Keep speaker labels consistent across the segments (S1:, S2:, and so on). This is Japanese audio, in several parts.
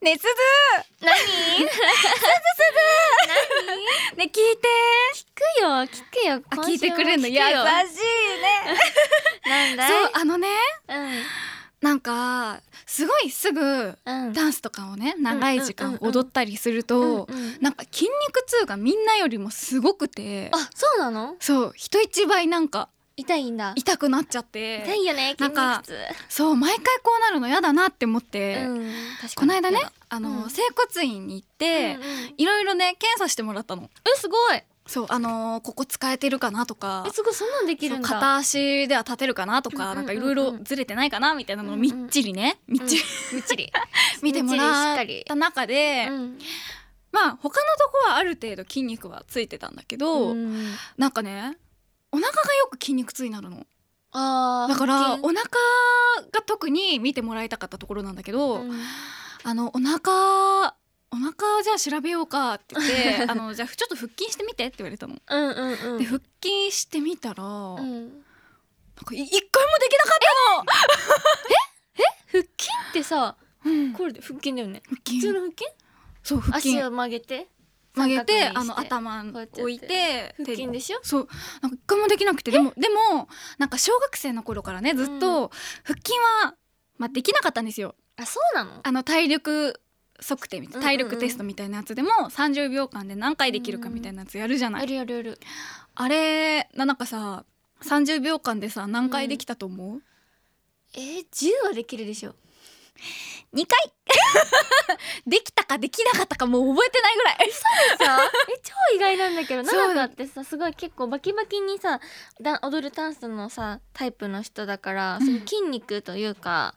S1: ねすず
S2: 何
S1: ね聞いて
S2: 聞くよ聞くよ
S1: あ聞いてくれるの優しい
S2: 今週も聞くよ
S1: ね
S2: なんだい
S1: そうあのね
S2: うん
S1: なんかすごいすぐ
S2: うん
S1: ダンスとかをね長い時
S2: うん
S1: 間
S2: うんうん
S1: 踊ったりすると
S2: うんうん
S1: なんか筋肉痛がみんなよりもすごくて
S2: あそうなの
S1: そう人一倍なんか
S2: 痛いんだ
S1: 痛くなっちゃって
S2: 痛いよね
S1: な
S2: 筋
S1: んか
S2: 肉痛
S1: そう毎回こうなるの嫌だなって思って、
S2: うん確か
S1: こ
S2: に
S1: の間ねあの、
S2: うん
S1: 整骨院に行っ
S2: うんう
S1: て、
S2: んえ
S1: いろいろね検査してもらったの
S2: すごいえ
S1: そうあのーここ使えてるかなとか
S2: すごいそんなんできるんだ
S1: そう片足では立てるかなと
S2: うんうんう
S1: か
S2: ん
S1: なんかいろいろずれてないかなみたいなのを
S2: うんう
S1: み
S2: ん
S1: っちりね みっちり
S2: むっちり
S1: 見てもらった中で、
S2: うん
S1: まあ他のとこはある程度筋肉はついてたんだけど、
S2: うん
S1: なんかねお腹がよく筋肉痛になるの
S2: あー
S1: だから
S2: 腹
S1: お腹が特に見てもらいたかったところなんだけど、
S2: 筋うん
S1: あのお腹お腹じゃあ調べようかって言って あのじゃあちょっと腹筋してみてって言われたの。
S2: うんうんうん
S1: で腹筋してみたら、
S2: う
S1: なん
S2: ん
S1: かい一回もできなかった
S2: 腹筋ってさ
S1: の。うん腹
S2: これで腹筋だよね普
S1: 筋
S2: 通の腹筋
S1: そう腹筋
S2: 足を曲げて
S1: 曲げて
S2: 三角
S1: あ
S2: にして
S1: の頭
S2: こうやってやって
S1: 置いて
S2: 腹筋でしょ
S1: そうなんか一回もできなくてでもでもなんか小学生の頃からねずっと腹筋は、まあ、できなかったんですよ。
S2: あそうなの
S1: あの体力測定みたいな
S2: うんうんうん
S1: 体力テストみたいなやつでも30秒間で何回できるかみたいなやつやるじゃない、
S2: あるやるやる
S1: あれななんかさ30秒間でさ何回できたと思う、
S2: えー、10はできるでしょ
S1: 2回できたかできなかったかもう覚えてないぐらい
S2: さえ超意外なんだけど
S1: そう
S2: 奈良香ってさすごい結構バキバキにさだ踊るダンスのさタイプの人だから
S1: うん
S2: その筋肉というか、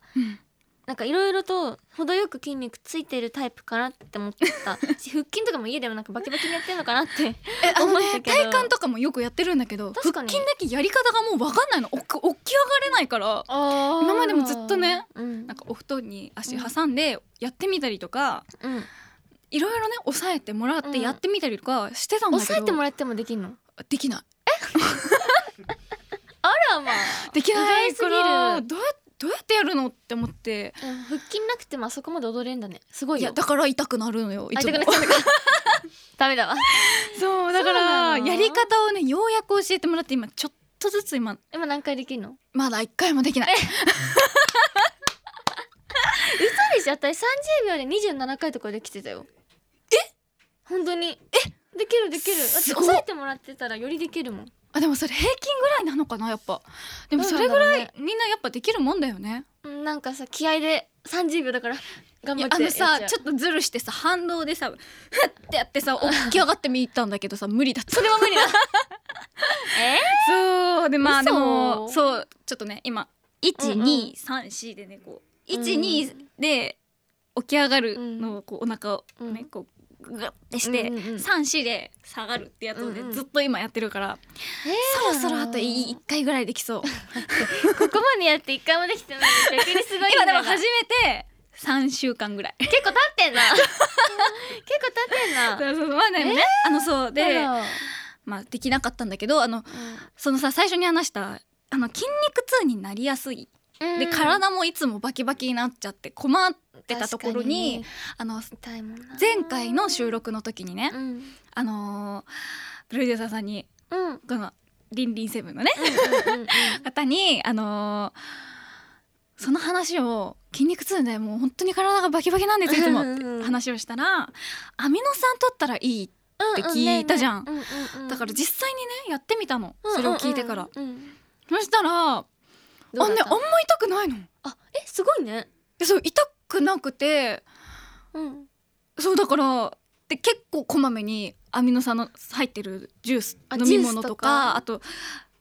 S2: なんかいろいろと程よく筋肉ついてるタイプかなって思って たし腹筋とかも家でもなんかバキバキにやってんのかなって
S1: えあの
S2: 思った
S1: ね
S2: けど
S1: 体幹とかもよくやってるんだけど
S2: 確か
S1: 腹
S2: に
S1: 筋だけやり方がもう分かんないのおっ起き上がれないから今
S2: 今
S1: までもずっとね、
S2: うん、
S1: なんかお布団に足挟んでやってみたりとか、
S2: うん、
S1: いろいろね抑えてもらっ
S2: うん
S1: てやってみたりとかしてたんだけど、
S2: 抑えてもらってもできんの
S1: できない
S2: あらまあ、
S1: できない
S2: 意外す
S1: か
S2: ぎる
S1: らどうやどうやってやるのって思って
S2: うん腹筋なくてもあそこまで踊れんだねすごい
S1: い
S2: よ
S1: やだから痛くなるのよい
S2: あ
S1: つ
S2: 痛
S1: も
S2: くなっちゃったかダメだわ
S1: そうだか
S2: そうな
S1: ら
S2: の
S1: やり方をねようやく教えてもらって今ちょっとずつ今
S2: 今何回できるの
S1: まだ一回もできない
S2: 嘘でしょ私30秒で27回とかできてたよえ本当にえできるできるだって
S1: すごっ
S2: 抑えてもらってたらよりできるもん
S1: あでもそれ平均ぐらいなのかなやっぱでもそれぐ
S2: どうな
S1: ら
S2: ん
S1: い
S2: だろ
S1: みんなやっぱできるもんだよね
S2: うんなんかさ気合で30秒だから頑
S1: い
S2: 張
S1: や
S2: って
S1: あ
S2: や
S1: のさ
S2: っちゃう
S1: ちょっとずるしてさ反動でさふってやってさ起き上がってみたんだけどさ無理だったそれは無理だ
S2: え
S1: そうでまあで
S2: 嘘
S1: もそうちょっとね今
S2: うんうん
S1: 1234でねこう12で起き上がるのをこうお腹を
S2: う
S1: ね
S2: ん
S1: こうグッてして
S2: うんうんうん
S1: 34で下がるってやつをね
S2: うんうん
S1: ずっと今やってるからそろそろあと1回ぐらいでき そう
S2: ここまでやって一回もできてないの逆にすごいん
S1: 今
S2: だ
S1: で
S2: よ
S1: も初めて3週間ぐらい
S2: 結構経ってんな 結構経ってんな
S1: そうそうまあね、
S2: えー
S1: あのそう
S2: あ
S1: で、
S2: ら
S1: まあ、できなかったんだけどあのそのさ最初に話したあの筋肉痛になりやすい
S2: うん
S1: で
S2: うん
S1: 体もいつもバキバキになっちゃって困ってたところに
S2: 確か
S1: あの
S2: ね痛いもんな
S1: 前回の収録の時にね、
S2: うん
S1: あのープロデューサーさんに
S2: うんうん
S1: この「リンリンセブン」のね
S2: うんうん
S1: 方にあのーその話を筋肉痛でもう本当に体がバキバキなんですいつもって
S2: うんうん
S1: 話をしたらアミノ酸取ったらいいってって聞いたじゃん
S2: ううねえねえうんうんうん
S1: だから実際にねやってみたのそれを聞いてから、
S2: うんうんうんうん
S1: そしたらあ
S2: どうだ
S1: ね
S2: っ
S1: あ
S2: た
S1: んま痛くないの
S2: あえすごいね
S1: でそう痛くなくて
S2: うん
S1: そうだからで結構こまめにアミノ酸の入ってるジュース
S2: あ
S1: 飲み物とか
S2: ジ
S1: あと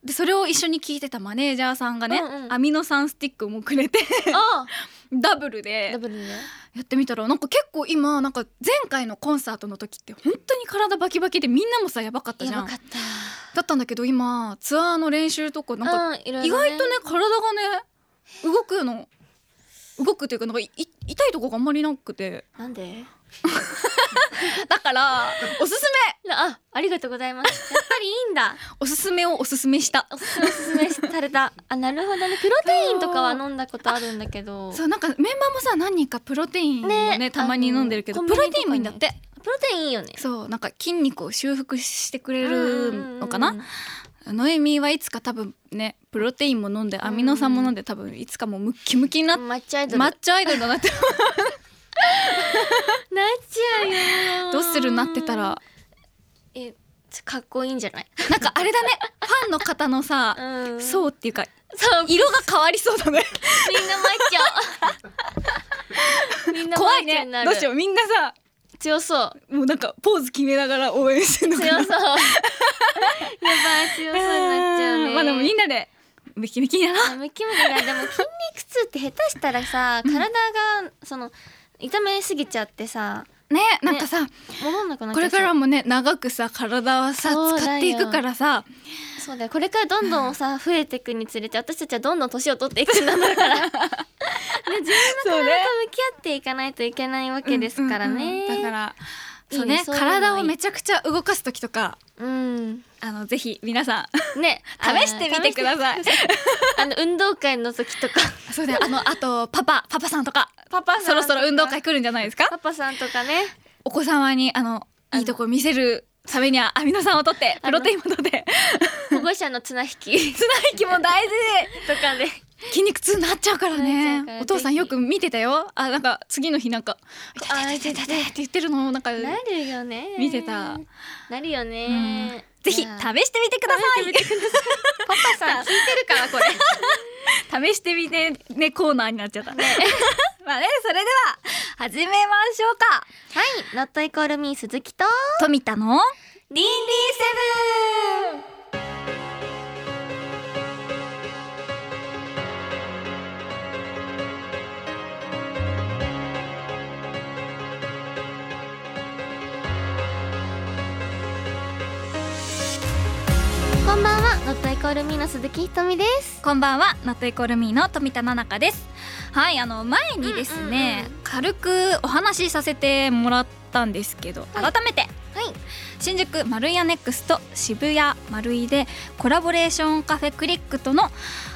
S1: でそれを一緒に聞いてたマネージャーさんがね、
S2: うんうん
S1: アミノ酸スティックもくれて
S2: あ
S1: ダブル
S2: ダ
S1: で
S2: ブルね
S1: やってみたらなんか結構今なんか前回のコンサートの時って本当に体バキバキでみんなもさやばかった
S2: や
S1: じゃ
S2: ば
S1: ん
S2: か
S1: だ
S2: った
S1: ったんだけど今ツアーの練習とかなんか
S2: うんいろい
S1: 意
S2: ろ
S1: 外とね体がね動くの動くというかなんかいい痛いとこがあんまりなくて
S2: なんで
S1: だからおすす
S2: な あありがとうございますやっぱりいいんだ
S1: めおすすめをおすすめした
S2: おすすめおすすめされたあなるほどねプロテインとかは飲んだことあるんだけど
S1: そうなんかメンバーもさ何人かプロテインをね
S2: ね
S1: たまに飲んでるけ
S2: あ
S1: ど
S2: の
S1: プロテインもいいんだって
S2: プロテインいいよね
S1: そうなんか筋肉を修復してく
S2: う
S1: れ
S2: ん
S1: るのかな、
S2: うんうん
S1: ノエミはいつか多分ねプロテインも飲んでアミノ酸も飲んで多分いつかもうムッキムキになっ
S2: うん抹茶アイドル
S1: マッチョアイドルだなって
S2: なっちゃうよ
S1: どうするなってたら
S2: えかっこいいんじゃない
S1: なんかあれだねファンの方のさ、
S2: うん
S1: そうっていうか
S2: そう
S1: 色が変わりそうだね
S2: みんなマ ッチョみんなマ
S1: 怖い
S2: ッチョ
S1: ね
S2: になる
S1: どうしようみんなさ
S2: 強そう
S1: もうなんかポーズ決めながら応援してるの
S2: 強
S1: か
S2: そう
S1: な
S2: やばい強そうになっちゃうね
S1: まあでもみんなでムキムキだな
S2: あムキムキだでも筋肉痛って下手したらさ体がその痛めすぎちゃってさ
S1: ねなんかさ、
S2: 戻んなくなっち
S1: こ
S2: ゃ
S1: れ
S2: う
S1: からもね長くさ体はさ
S2: そう
S1: 使っていくからさ
S2: そうだよこれからどんどんさ増えていくにつれて私たちはどんどん年を取っていくん だからね自分の
S1: そう
S2: 体と
S1: ね
S2: 向き合っていかないといけないわけですからね、
S1: うんうんうんだから
S2: いいね
S1: そうね
S2: そういうのもいい
S1: 体をめちゃくちゃ動かす時とか
S2: うん
S1: あのぜひ皆さん
S2: ね
S1: 試してみてください
S2: あの試してあの運動会の時とか
S1: そうだよあの あとパパパパさんとか
S2: パパ
S1: そろそろ運動会来るんじゃないですか
S2: パパさんとかね
S1: お子様にあのいいとこ見せるためにはアミノ酸を取って
S2: あ
S1: プ
S2: の
S1: ロテインも取って
S2: 保護者の綱引 き
S1: 綱引きも大事
S2: とかで
S1: 筋肉痛になっちゃうから
S2: なっちゃうか
S1: ね
S2: ら
S1: お父さんよく見てたよあなんか次の日なんか「痛
S2: あ
S1: い痛い痛い痛い」って言ってるのをなんか
S2: なるよね
S1: 見てた
S2: なるよ
S1: うん
S2: ね
S1: ぜひ試
S2: いや
S1: してみてください
S2: パパさん聞いてるからこれ
S1: 試してみてね コーナーになっちゃった。まあねそれでは始めましょうか。
S2: はいノットイコールミー鈴木と
S1: 富田の
S2: リンリーセブンこんばんは、ノットイコールミーの鈴木ひとみです。
S1: こんばんはナットイコールミーの富田奈々香です。はいあの前にですね、
S2: うんうん
S1: 軽くお話しさせてもらったんですけど、
S2: はい
S1: 改めて
S2: はい、
S1: 新宿マルイヤネックスと渋谷マルイでコラボレーションカフェクリックとの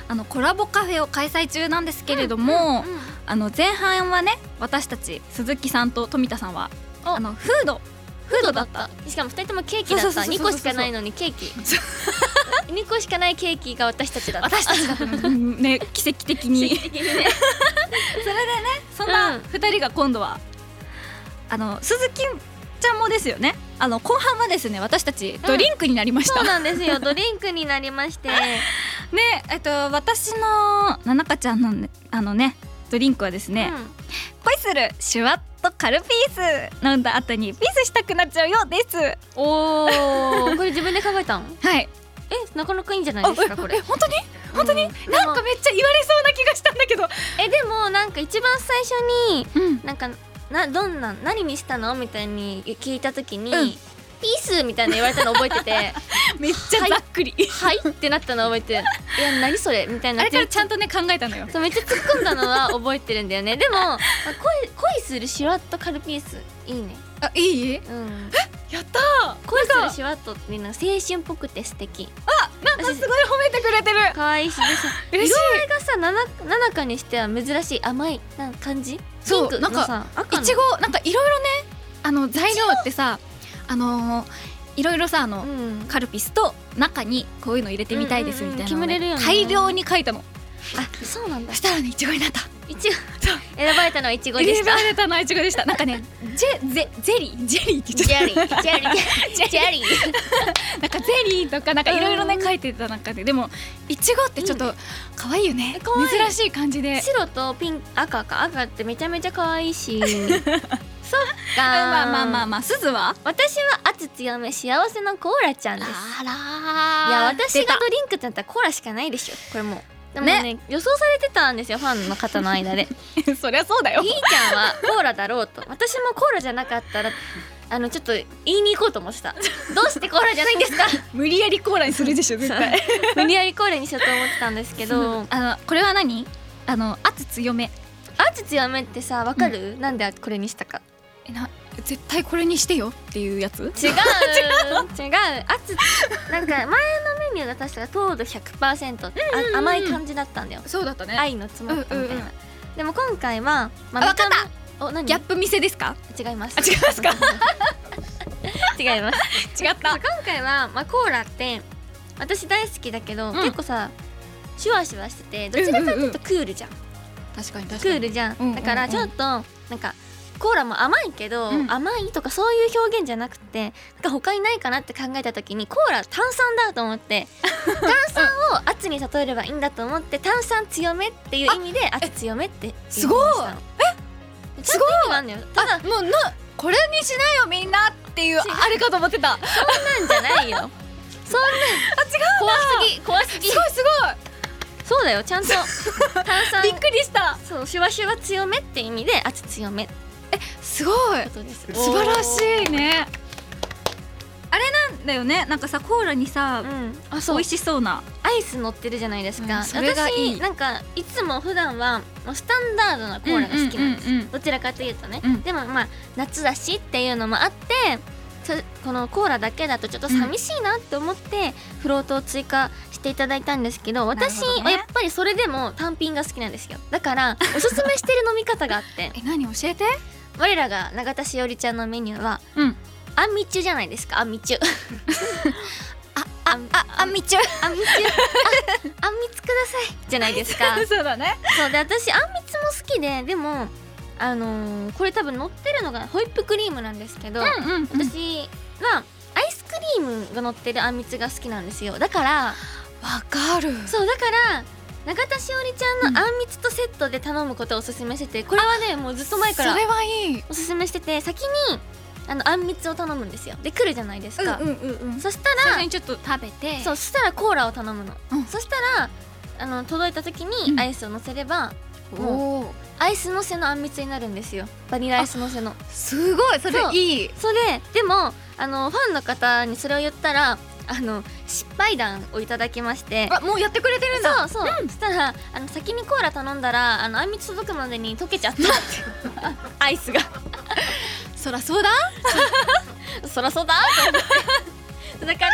S1: あのコラボカフェを開催中なんですけれども、あの前半はね私たち鈴木さんと富田さんは
S2: お
S1: あのフードフードだった
S2: しかも二人ともケーキだ
S1: そ
S2: っ
S1: うそ
S2: た。
S1: うそうそう
S2: 二個しかないのにケー キ。二個しかないケーキが私たちだった。
S1: 私 たちだったのに ね奇跡的に
S2: 奇跡的にね
S1: そんな
S2: うん
S1: 2人が今度はあの鈴木ちゃんもですよねあの後半はですね私たちドリンクになりました、
S2: そうなんです よ。ドリンクになりまして、
S1: ねえっと私のななかちゃんのねあのねドリンクはですね、恋するシュワッとカルピース飲んだ後にピースしたくなっちゃうようです
S2: うん、おお、これ自分で考えたの？
S1: はい
S2: え、なかなかいいんじゃないですかこ
S1: え
S2: れ。
S1: 本当に本当に、
S2: うん
S1: なんかめっちゃ言われそうな気がしたんだけど
S2: え、でもなんか一番最初に
S1: うん
S2: なんかなどんな何にしたのみたいに聞いたときに、
S1: うん
S2: ピースみたいな言われたの覚えてて、
S1: めっちゃざっくり、
S2: はいってなったの覚えて、いや何それみたいに
S1: あ
S2: な
S1: れ
S2: って
S1: からちゃんとね考えたのよ
S2: そうめっちゃ突っ込んだのは覚えてるんだよ ね。でもまあ恋恋するシュワッとカルピースいいね。
S1: あいい
S2: うん。
S1: やったー
S2: 恋するシュワッとってなんか青春っぽくて素敵。
S1: なんかすごい褒めてくれてる
S2: 可愛いしでさ
S1: 嬉しい
S2: これがさななななかにしては珍しい甘いなんか感じ。
S1: そう
S2: ピンクのさ赤の
S1: いちごなんかいろいろねあの材料ってさあのーいろいろさあの、
S2: うん。
S1: カルピスと中にこういうの入れてみたいですみたいなのをね、
S2: うんうんうん決めれるよ
S1: 大
S2: ね
S1: 量に書いたの
S2: あそう なんだ
S1: そし。たらねいちごになった
S2: いちご
S1: そう
S2: 選ばれたのはいちごでし
S1: 選
S2: た。
S1: ばれたの はいちごで したなんかねジェゼゼリー ジェリーって言っ
S2: ジ
S1: ちゃ
S2: ェ
S1: っ
S2: リージェリージェ リー。
S1: たなんかゼリーとかなんかいろいろね書いてた中ででもいちごってちょっと可愛いよね
S2: え可愛い
S1: 珍しい感じで
S2: 白とピン赤か赤ってめちゃめちゃ可愛 いし。そっか。
S1: まあまあまあまあすずは
S2: 私は圧強め幸せのコーラちゃんです
S1: あ
S2: いや
S1: 出
S2: 私
S1: た
S2: がドリンクってなったらコーラしかないでしょこれもうでも
S1: ね
S2: ね予想されてたんですよファンの方の間で
S1: そりゃそうだよ
S2: いいちゃんはコーラだろうと私もコーラじゃなかったらあのちょっと言いに行こうと思ってたどうしてコーラじゃないんですか
S1: 無理やりコーラにするでしょ絶対
S2: 無理やりコーラにしようと思ってたんですけ
S1: けど
S2: ど
S1: あのこれは何あの圧強め
S2: アーチ強めってさわかる、なんでこれにしたか
S1: えな絶対これにしてよっていうやつ
S2: 違う違う違うアツなんか前のメニューが確か糖度100%、
S1: うんうん
S2: あ甘い感じだったんだよ
S1: そうだったね
S2: 愛の詰まったみたいな、
S1: うんうん
S2: でも今回は、ま
S1: あわかった
S2: たお何
S1: ギャップ見せですか
S2: 違います
S1: あ違いますか
S2: 違います
S1: 違った
S2: 今回は、まあ、コーラって私大好きだけど、
S1: ん
S2: 結構さシュワシュワしててどちらかというとクールじゃん,、
S1: 確かに確
S2: クールじゃ
S1: う
S2: ん、
S1: んうんうん
S2: だからちょっとなんかコーラも甘いけど、
S1: うん
S2: 甘いとかそういう表現じゃなくてなんか他にないかなって考えた時にコーラ炭酸だと思って 炭酸を圧に例えればいいんだと思って炭酸強めっていう意味で圧強めって
S1: すごい
S2: え
S1: す
S2: す
S1: ご
S2: ご
S1: い
S2: い意味があんだよただ
S1: あもうなこれにしなよみんなっていう
S2: 違う
S1: あれかと思ってた
S2: なんじゃな いよそんな怖すぎ怖すぎ
S1: すごいす
S2: そうだよち ゃんと炭酸
S1: ごいびっくりした
S2: そうシュワシュワ強めって意味で圧強めって
S1: すごい
S2: ことです
S1: 素晴らしいねあれなんだよねなんかさコーラに
S2: お
S1: さ
S2: ーうんあ
S1: 美
S2: そう
S1: 味しそうな
S2: アイス乗ってるじゃないですか、
S1: うんそれがいい
S2: 私なんかいつも普段はもうスタンダードなコーラが好きなんです、
S1: うんうんうんうん
S2: どちらかというとね、
S1: うん
S2: でもまあ夏だしっていうのもあってそこのコーラだけだとちょっと寂しいなって思ってフロートを追加していただいたんですけど私
S1: なるほど
S2: は
S1: ね
S2: やっぱりそれでも単品が好きなんですよだからおすすめしてる飲み方があって
S1: え何教えて
S2: 我らが永田しおりちゃんのメニューは
S1: うん
S2: あんみちゅじゃないですかあんみちゅああ
S1: ああみちゅ
S2: あんみつ ああんみつくださいじゃないですか
S1: そうだね
S2: そうで私あんみつも好きででもあのーこれ多分乗ってるのがホイップクリームなんですけど、
S1: うんうんうん
S2: 私はアイスクリームが乗ってるあんみつが好きなんですよだから
S1: わかる
S2: そうだから永田しおりちゃんのあんみつとセットで頼むことをおすすめしててこれはねもうずっと前から
S1: それはいい
S2: おすすめしてて先にあのあんみつを頼むんですよで来るじゃないですか、
S1: んうんうん
S2: そした
S1: 最
S2: ら
S1: 初にちょっと食べて
S2: そうそしたらコーラを頼むの、
S1: うん
S2: そしたらあの届いた時
S1: うん
S2: にアイスを乗せれば、
S1: おお
S2: アイスのせのあんみつになるんですよバニラアイスのせの
S1: すごいそれ
S2: そう
S1: いい
S2: それででもあのファンの方にそれを言ったらあの失敗談をいただきまして
S1: あもうやってくれてるん
S2: そ
S1: だ
S2: うそう、そしたらあの先にコーラ頼んだらあのあんみつ届くまでに溶けちゃったって アイスが
S1: そらそうだ
S2: そらそうだと思ってだから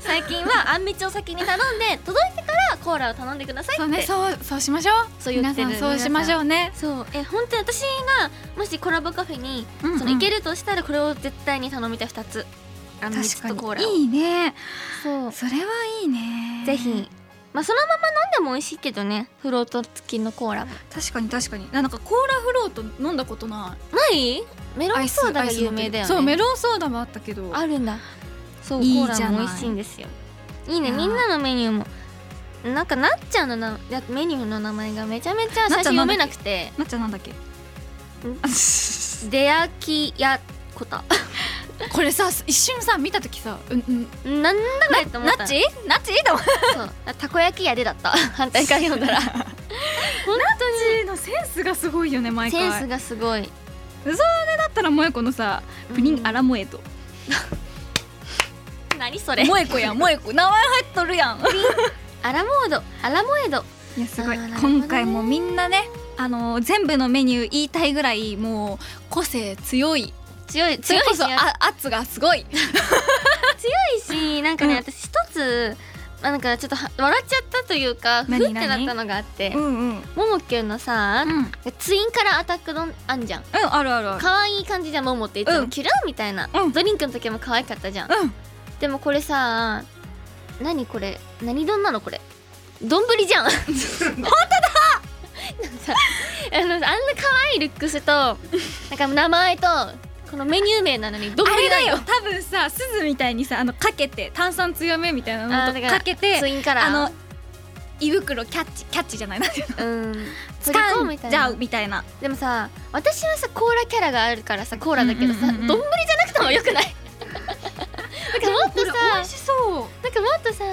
S2: 最近はあんみつを先に頼んで届いてからコーラを頼んでくださいって
S1: そうねそうそうしましょう
S2: そう言ってる
S1: 皆さんそうしましょうね
S2: そうえ本当に私がもしコラボカフェに、
S1: うんうん
S2: その行けるとしたらこれを絶対に頼みたい2つあの
S1: 確
S2: 3
S1: か
S2: とコーラ
S1: にいいね
S2: そう
S1: それはいいね
S2: ぜひまあそのまま飲んでも美味しいけどねフロート付きのコーラも
S1: 確かに確かになんかコーラフロート飲んだことな
S2: ないメ
S1: い
S2: ロンソーダが有名だよね
S1: そうメロンソーダもあったけど
S2: あるんだそう
S1: いい
S2: コ
S1: じゃ
S2: ー
S1: な
S2: ラ
S1: い
S2: も美味しいんですよいいね
S1: あー
S2: みんなのメニューもなんかなっちゃんのなやメニューの名前がめちゃめちゃ
S1: なっ
S2: 最
S1: ち
S2: 初
S1: ゃんな
S2: 読
S1: んだっけ
S2: めなくて
S1: なっちゃんなんだっけ
S2: 出やきやこ た
S1: これさ一瞬さ見た時さうんうん
S2: なんだこれって思
S1: ナ
S2: っ
S1: ッ
S2: た
S1: チナッチだもん
S2: そうあたこ焼きやでだった 反対から読んだら本
S1: のセンスがすごいよね
S2: 当
S1: 毎
S2: に
S1: 回
S2: センスがすごい
S1: だったら萌子のさプリンアラ萌えと、
S2: 何それ
S1: 萌え子やん萌え子名前入っとるやん
S2: アラモードアラモエド
S1: いやすごい
S2: あーなるほどね
S1: 今回もみんなねあのー全部のメニュー言いたいぐらいもう個性強い
S2: 強い
S1: そ
S2: 強
S1: れ
S2: い
S1: こ
S2: し
S1: そあ圧がすごい
S2: 強いしなんかね、
S1: うん
S2: 私一つまあなんかちょっとは笑っちゃったというかふ
S1: 何
S2: いってなったのがあって
S1: うんうん
S2: ももきゅんのさ
S1: う、ん、うん、
S2: ツインカラーアタック丼あんじゃん
S1: あるあるある
S2: 可愛い感じじゃんももっていつ
S1: う
S2: も
S1: ん
S2: キュルンみたいな、
S1: うん
S2: ドリンクの時も可愛かったじゃん、
S1: うん
S2: でもこれさ何これ何丼なのこれ丼じ ゃん本当だあのあんな可愛いルックスとなんか名前とこのメニュー名なのに丼
S1: あれ
S2: な
S1: だ
S2: ん
S1: よ多分さすずみたいにさあのかけて炭酸強めみたいな
S2: あ
S1: の
S2: ー
S1: と
S2: だ
S1: からかけて
S2: ツインカラー
S1: あの胃袋キャッチキャッチじゃ ないな
S2: うん
S1: 掴
S2: 掴
S1: んじゃうみたいな
S2: でもさ私はさコーラキャラがあるからさコーラだけどさ
S1: うん
S2: 丼、
S1: うんうんうん
S2: じゃなくてもよくないなんかもっとさ
S1: しそ
S2: なんかもっとさ、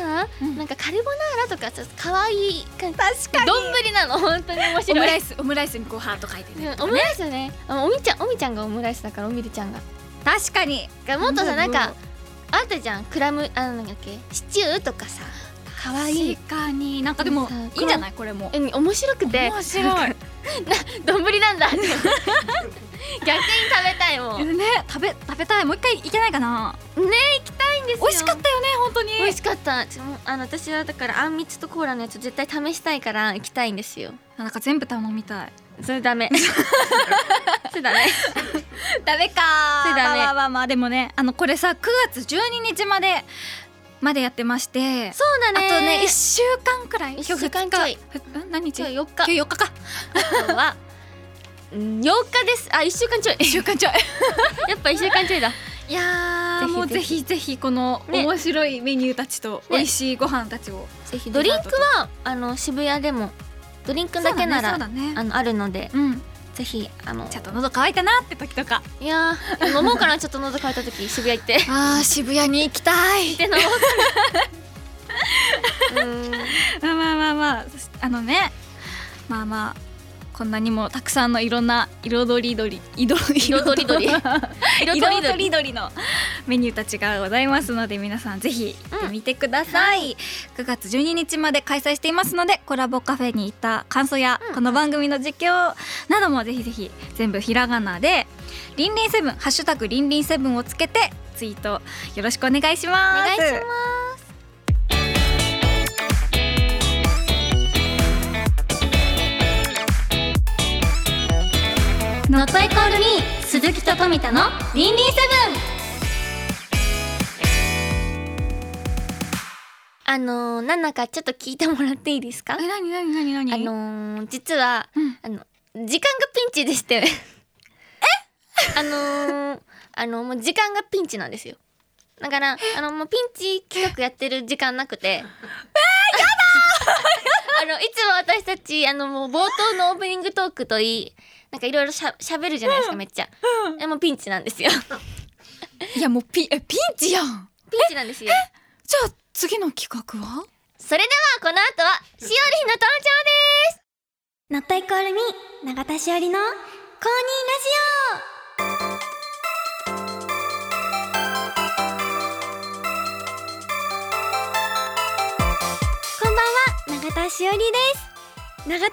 S1: うん
S2: なんかカルボナーラとかさ可愛い感じ
S1: 確かに
S2: 丼なの本当に面
S1: オム
S2: 白
S1: ラ
S2: い
S1: イスオムライスにこうハート書いてね
S2: うんオムライスよねあのおみちゃんおみちゃんがオムライスだからおみるちゃんが
S1: 確かに
S2: がもっと
S1: な
S2: さなんん
S1: だ
S2: かあったじゃんクラムあのなんだっけシチューとかさ可愛い
S1: 確かになんかでも
S2: うんさ
S1: いいんじゃないこれも
S2: うん面白くて
S1: 面白い
S2: 丼なんだって 逆に食べたいもん
S1: ね食べ食べたいもう一回行けないかな美
S2: 美
S1: 味しかったよね本当に
S2: 美味しかったちょもうあの私はだからあんみつとコーラのやつ絶対試したいから行きたいんですよ
S1: なんか全部頼みたい
S2: それダメ それダ メ
S1: ダメか
S2: それダメ
S1: まあまあまあまあでもねあのこれさ9月12日までまでやってまして
S2: そうだ
S1: あと
S2: ね
S1: ね1週間くらい
S2: 一週間ちょい
S1: 今日二日ふん何日
S2: 今日
S1: 今
S2: 4日
S1: 日4日か
S2: 今日はうん8日ですあ一週間ちょい
S1: 1週間ちょい
S2: やっぱ一週間ちょいだ
S1: いやー
S2: ぜひ
S1: もうぜひぜひこの
S2: ね
S1: 面白いメニューたちと美味しいご飯たちを
S2: ぜひドリンクはあの渋谷でもドリンクだけなら、
S1: そうだねそうだ
S2: あ
S1: ね
S2: のあるので
S1: うん
S2: ぜひあの
S1: ちょっと喉乾いたなって時とか
S2: いやー飲もうかなちょっと喉乾いた時渋谷行って
S1: あー渋谷に行きたい
S2: で飲もうかなうーん
S1: まあまあまあまあそしあのねまあまあこんなにもたくさんのいろんな彩りどり 彩
S2: 彩りどり 色とりど
S1: 彩
S2: り
S1: りどりのメニューたちがございますので皆さんぜひ行ってみてください、9月12日まで開催していますのでコラボカフェに行った感想や、
S2: うん
S1: この番組の実況などもぜひぜひ全部ひらがなで「りんりんセブン」「ハッシュタグりんりんセブン」をつけてツイートよろしくお願いし
S2: お
S1: ます
S2: 願いします
S1: ノットイコールに鈴木と富田のリンリンセ
S2: あのー、なんだかちょっと聞いてもらっていいですか
S1: え、なになになになに
S2: あのー、実は
S1: うん
S2: あの時間がピンチでしてえ あのー、あのもう時間がピンチなんですよだからあのもうピンチ企画やってる時間なくてえやだ あのいつも私たちあのもう冒頭のオープニングトークといいなんかいろいろしゃしゃべるじゃないですかめっちゃ、えもうピンチなんですよ
S1: いやもうピえピンチやん
S2: ピンチなんですよ
S1: じゃあ次の企画は
S2: それではこの後はしおりんの登場です
S3: ノットイコールミ永田しおりの公認ラジオこんばんは永田しおりです永田しおりで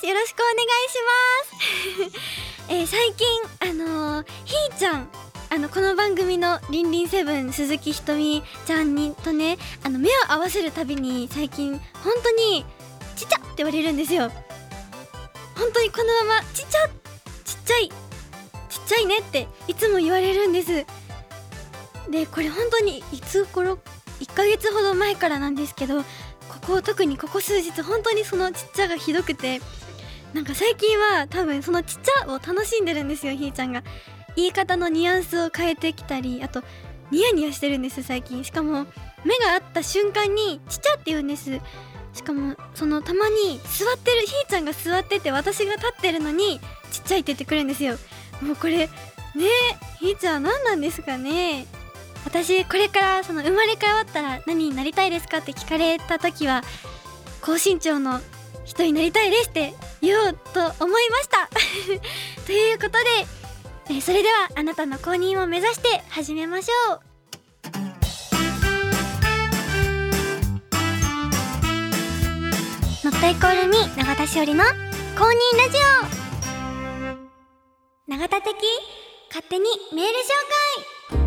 S3: すよろしくお願いします、 えー最近あのーひーちゃんあのこの番組の「りんりんセブン」鈴木ひとみちゃんにとねあの目を合わせるたびに最近本当にちっちゃって言われるんですよ本当にこのままちっちゃちっちゃいちっちゃいねっていつも言われるんですでこれ本当にいつ頃1ヶ月ほど前からなんですけどここ特にここ数日本当にそのちっちゃがひどくてなんか最近は多分そのちっちゃを楽しんでるんですよひーちゃんが言い方のニュアンスを変えてきたりあとニヤニヤしてるんです最近しかも目が合った瞬間にちっちゃって言うんですしかもそのたまに座ってるひーちゃんが座ってて私が立ってるのにちっちゃいって言ってくるんですよもうこれねえひーちゃん何なんですかね私これからその生まれ変わったら何になりたいですかって聞かれた時は高身長の人になりたいですって言おうと思いましたということでえそれではあなたの公認を目指して始めましょうノットイコールミ永田しおりの公認ラジオ永田的勝手にメール紹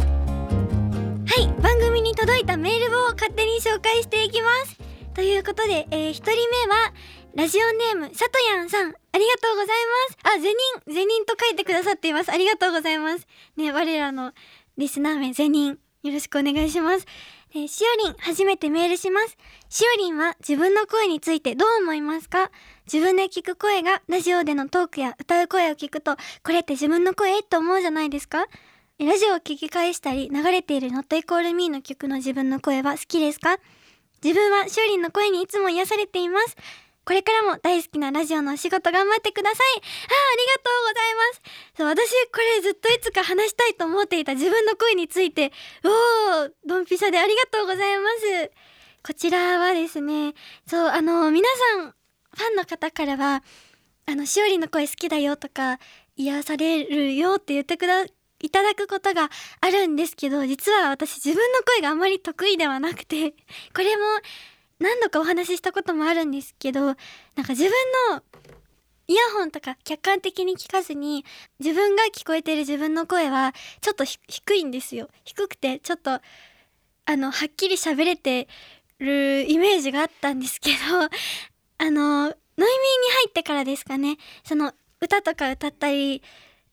S3: 介はい番組に届いたメールを勝手に紹介していきますということで、えー、1人目はラジオネームさとやんさんありがとうございますあゼニンゼニンと書いてくださっていますありがとうございますね我らのリスナー名ゼニンよろしくお願いします、えー、しおりん初めてメールしますしおりんは自分の声についてどう思いますか自分で聞く声がラジオでのトークや歌う声を聞くとこれって自分の声と思うじゃないですかえラジオを聞き返したり流れている「Not Equal Me」の曲の自分の声は好きですか自分はしおりんの声にいつも癒されていますこれからも大好きなラジオのお仕事頑張ってくださいあーありがとうございますそう私これずっといつか話したいと思っていた自分の声についておードンピシャでありがとうございますこちらはですねそうあの皆さんファンの方からはあのしおりの声好きだよとか癒されるよって言ってくだいただくことがあるんですけど実は私自分の声があまり得意ではなくてこれも何度かお話ししたこともあるんですけどなんか自分のイヤホンとか客観的に聞かずに自分が聞こえてる自分の声はちょっとひ低いんですよ低くてちょっとあのはっきり喋れてるイメージがあったんですけど あのノイミーに入ってからですかねその歌とか歌ったり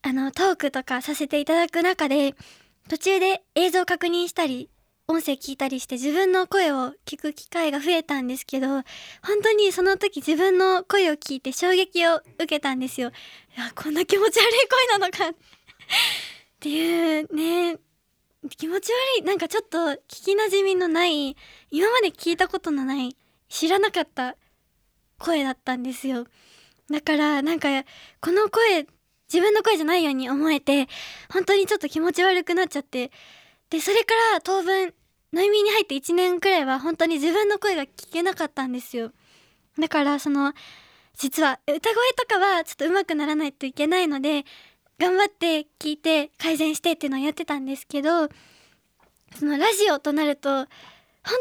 S3: あのトークとかさせていただく中で途中で映像確認したり音声聞いたりして自分の声を聞く機会が増えたんですけど本当にその時自分の声を聞いて衝撃を受けたんですよ。いやこんな気持ち悪い声なのかっていうね気持ち悪いなんかちょっと聞きなじみのない今まで聞いたことのない知らなかった声だったんですよ。だからなんかこの声自分の声じゃないように思えて本当にちょっと気持ち悪くなっちゃってでそれから当分ノイミーに入って1年くらいは本当に自分の声が聞けなかったんですよだからその実は歌声とかはちょっと上手くならないといけないので頑張って聞いて改善してっていうのをやってたんですけどそのラジオとなると本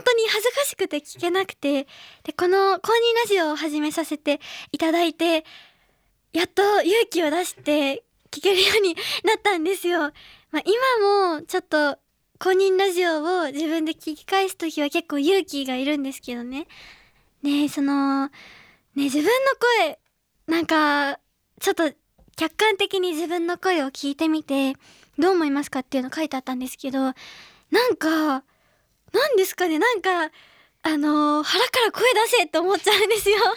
S3: 当に恥ずかしくて聞けなくてでこの公認ラジオを始めさせていただいてやっと勇気を出して聞けるようになったんですよ。まあ、今もちょっと公認ラジオを自分で聞き返す時は結構勇気がいるんですけどね。ねそのね自分の声なんかちょっと客観的に自分の声を聞いてみてどう思いますかっていうの書いてあったんですけどなんかなんですかねなんかあの腹から声出せって思っちゃうんですよ。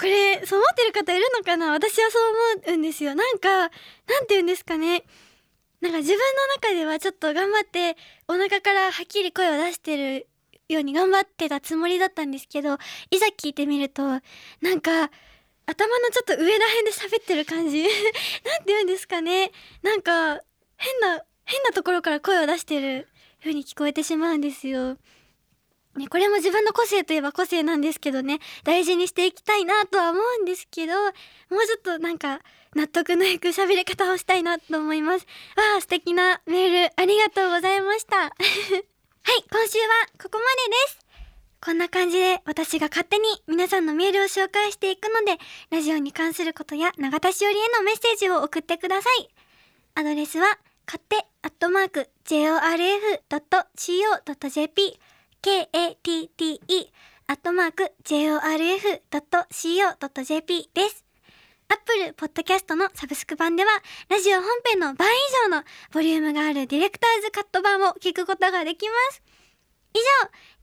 S3: これそう思ってる方いるのかな私はそう思うんですよなんかなんて言うんですかねなんか自分の中ではちょっと頑張ってお腹からはっきり声を出してるように頑張ってたつもりだったんですけどいざ聞いてみるとなんか頭のちょっと上ら辺で喋ってる感じ なんて言うんですかねなんか変な変なところから声を出してる風に聞こえてしまうんですよ。ね、これも自分の個性といえば個性なんですけどね大事にしていきたいなとは思うんですけどもうちょっとなんか納得のいく喋り方をしたいなと思いますわあ素敵なメールありがとうございました はい今週はここまでですこんな感じで私が勝手に皆さんのメールを紹介していくのでラジオに関することや永田しおりへのメッセージを送ってくださいアドレスは勝手アットマーク JORF.CO.JP k-a-t-t-e アットマーク jorf.co.jp です。アップルポッドキャストのサブスク版ではラジオ本編の倍以上のボリュームがあるディレクターズカット版を聞くことができます。以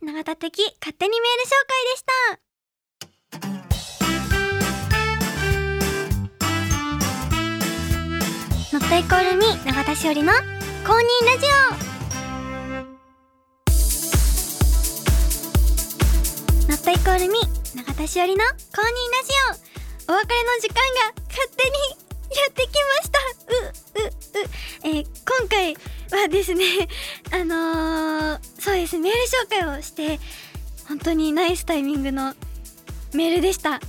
S3: 上、永田的勝手にメール紹介でした。ノットイコールに永田しおりの公認ラジオノットイコールミ永田しおりの公認ラジオお別れの時間が勝手にやってきましたううう、えー今回はですね あのーそうですメール紹介をして本当にナイスタイミングのメールでした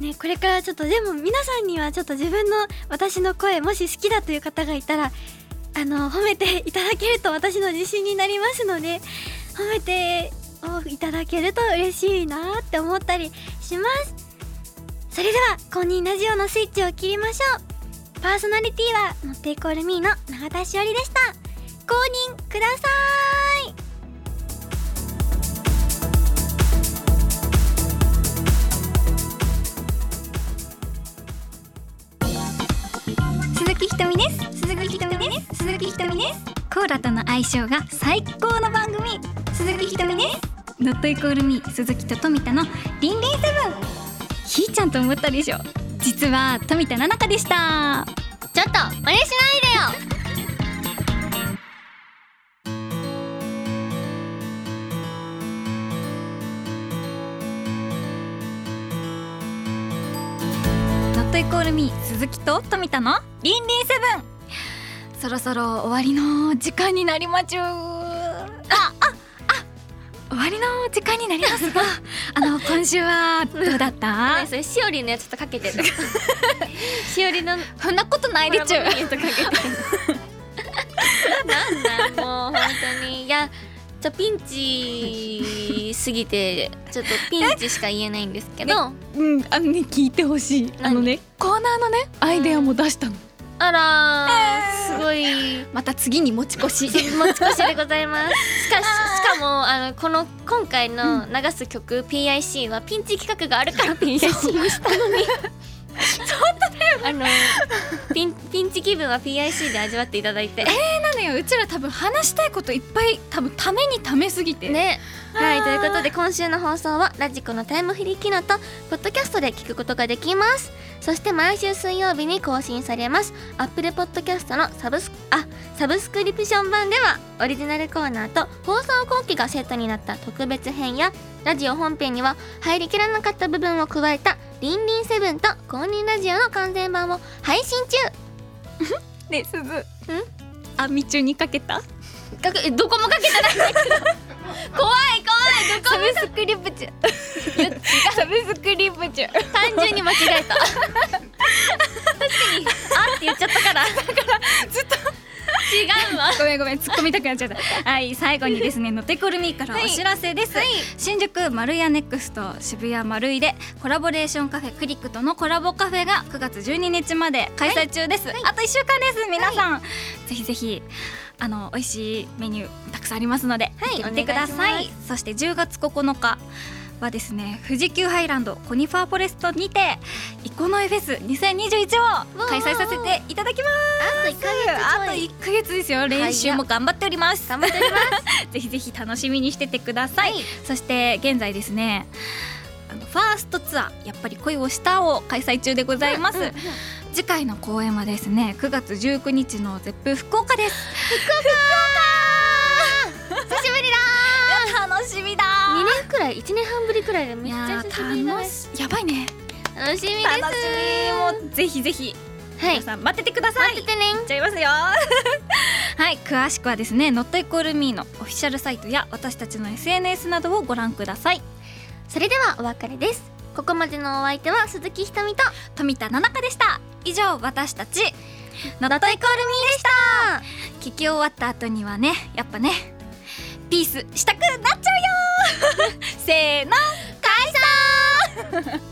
S3: ねこれからちょっとでも皆さんにはちょっと自分の私の声もし好きだという方がいたらあの褒めていただけると私の自信になりますので褒めてをいただけると嬉しいなって思ったりしますそれでは公認ラジオのスイッチを切りましょうパーソナリティはノッテイコールミーの永田しおりでした公認ください鈴木ひとみです鈴木ひとみです鈴木ひとみです
S1: コーラとの相性が最高の番組
S3: 鈴木ひとみです
S1: ノットイコールミー鈴木と富田のリンリンセブンひーちゃんと思ったでしょ実は富田七香でした
S2: ちょっと真似しないでよ
S1: ノットイコールミー鈴木と富田のリンリンセブンそろそろ終わりの時間になりまちゅあああ終わりの時間になりますが あの今週はどうだっ
S2: あ
S1: た
S2: それしおりのやつとかけ てるしおりの
S1: そんなことないでちゅ
S2: コラボメニューとかけてるなんだもう本当にいやちょピンチすぎてちょっとピンチしか言えないんですけど、
S4: うんあのね聞いてほしいあのねコーナーのねアイデアも出したの
S2: あらーすごい
S1: また次に持ち越し
S2: 持ち越し でございます。しかし、しかも、あの、この、今回の流す曲、PIC はピンチ企画があ るから PIC にしたの に。あのピンピンチ気分は PIC で味わっていただいて
S1: なのようちら多分話したいこといっぱい多分ためにためすぎて
S2: ねはいということで今週の放送はラジコのタイムフリー機能とポッドキャストで聞くことができますそして毎週水曜日に更新されますアップルポッドキャストのサブスあサブスクリプション版ではオリジナルコーナーと放送後期がセットになった特別編やラジオ本編には入りきらなかった部分を加えた「リンリンセブン」と「公認ラジオ」の完全版を配信中
S1: ねすずん網中にかけた
S2: かけどこもかけてないんだけど怖い怖いどこもサブスクリプチ
S1: サブスクリプチュ
S2: 単純に間違えた確かにあって言っちゃったからだからずっと違うわ
S1: ごめんごめん突っ込みたくなっちゃったはい最後にですねのてこるみからお知らせです、新宿マルヤネクスト渋谷マルイでコラボレーションカフェクリックとのコラボカフェが9月12日まで開催中です、あと1週間です皆さん、ぜひぜひあの美味しいメニューたくさんありますので、はい、行ってくださいそして10月9日はですね富士急ハイランドコニファーフォレストにてイコノイフェス2021を開催させていただきます
S2: あと1ヶ
S1: あと
S2: 月ちょい
S1: 1ヶ月ですよ練習も頑張っております、
S2: 頑張っております
S1: ぜひぜひ楽しみにしててください、そして現在ですねあのファーストツアーやっぱり恋をしたを開催中でございます、次回の公演はですね9月19日のゼップ福岡です
S2: 久しぶりだ
S1: 楽しみだ
S2: 二年くらい一年半ぶりくらいで
S1: い
S2: めっち
S1: や
S2: ゃ久しぶり
S1: ー
S2: だね
S1: 楽しやばいね
S2: 楽しみです
S1: 楽しみもうぜひぜひ
S2: は
S1: 皆
S2: い
S1: さん待っててください、
S2: 待っててね
S1: ちゃいますよ はい詳しくはですね「Not Equal Me」のオフィシャルサイトや私たちの SNS などをご覧ください
S2: それではお別れですここまでのお相手は鈴木ひとみと
S1: 富田七香でした以上私たち「Not Equal Me」でした聞き終わった後にはねやっぱね ピースしたくなっちゃうよせーの解散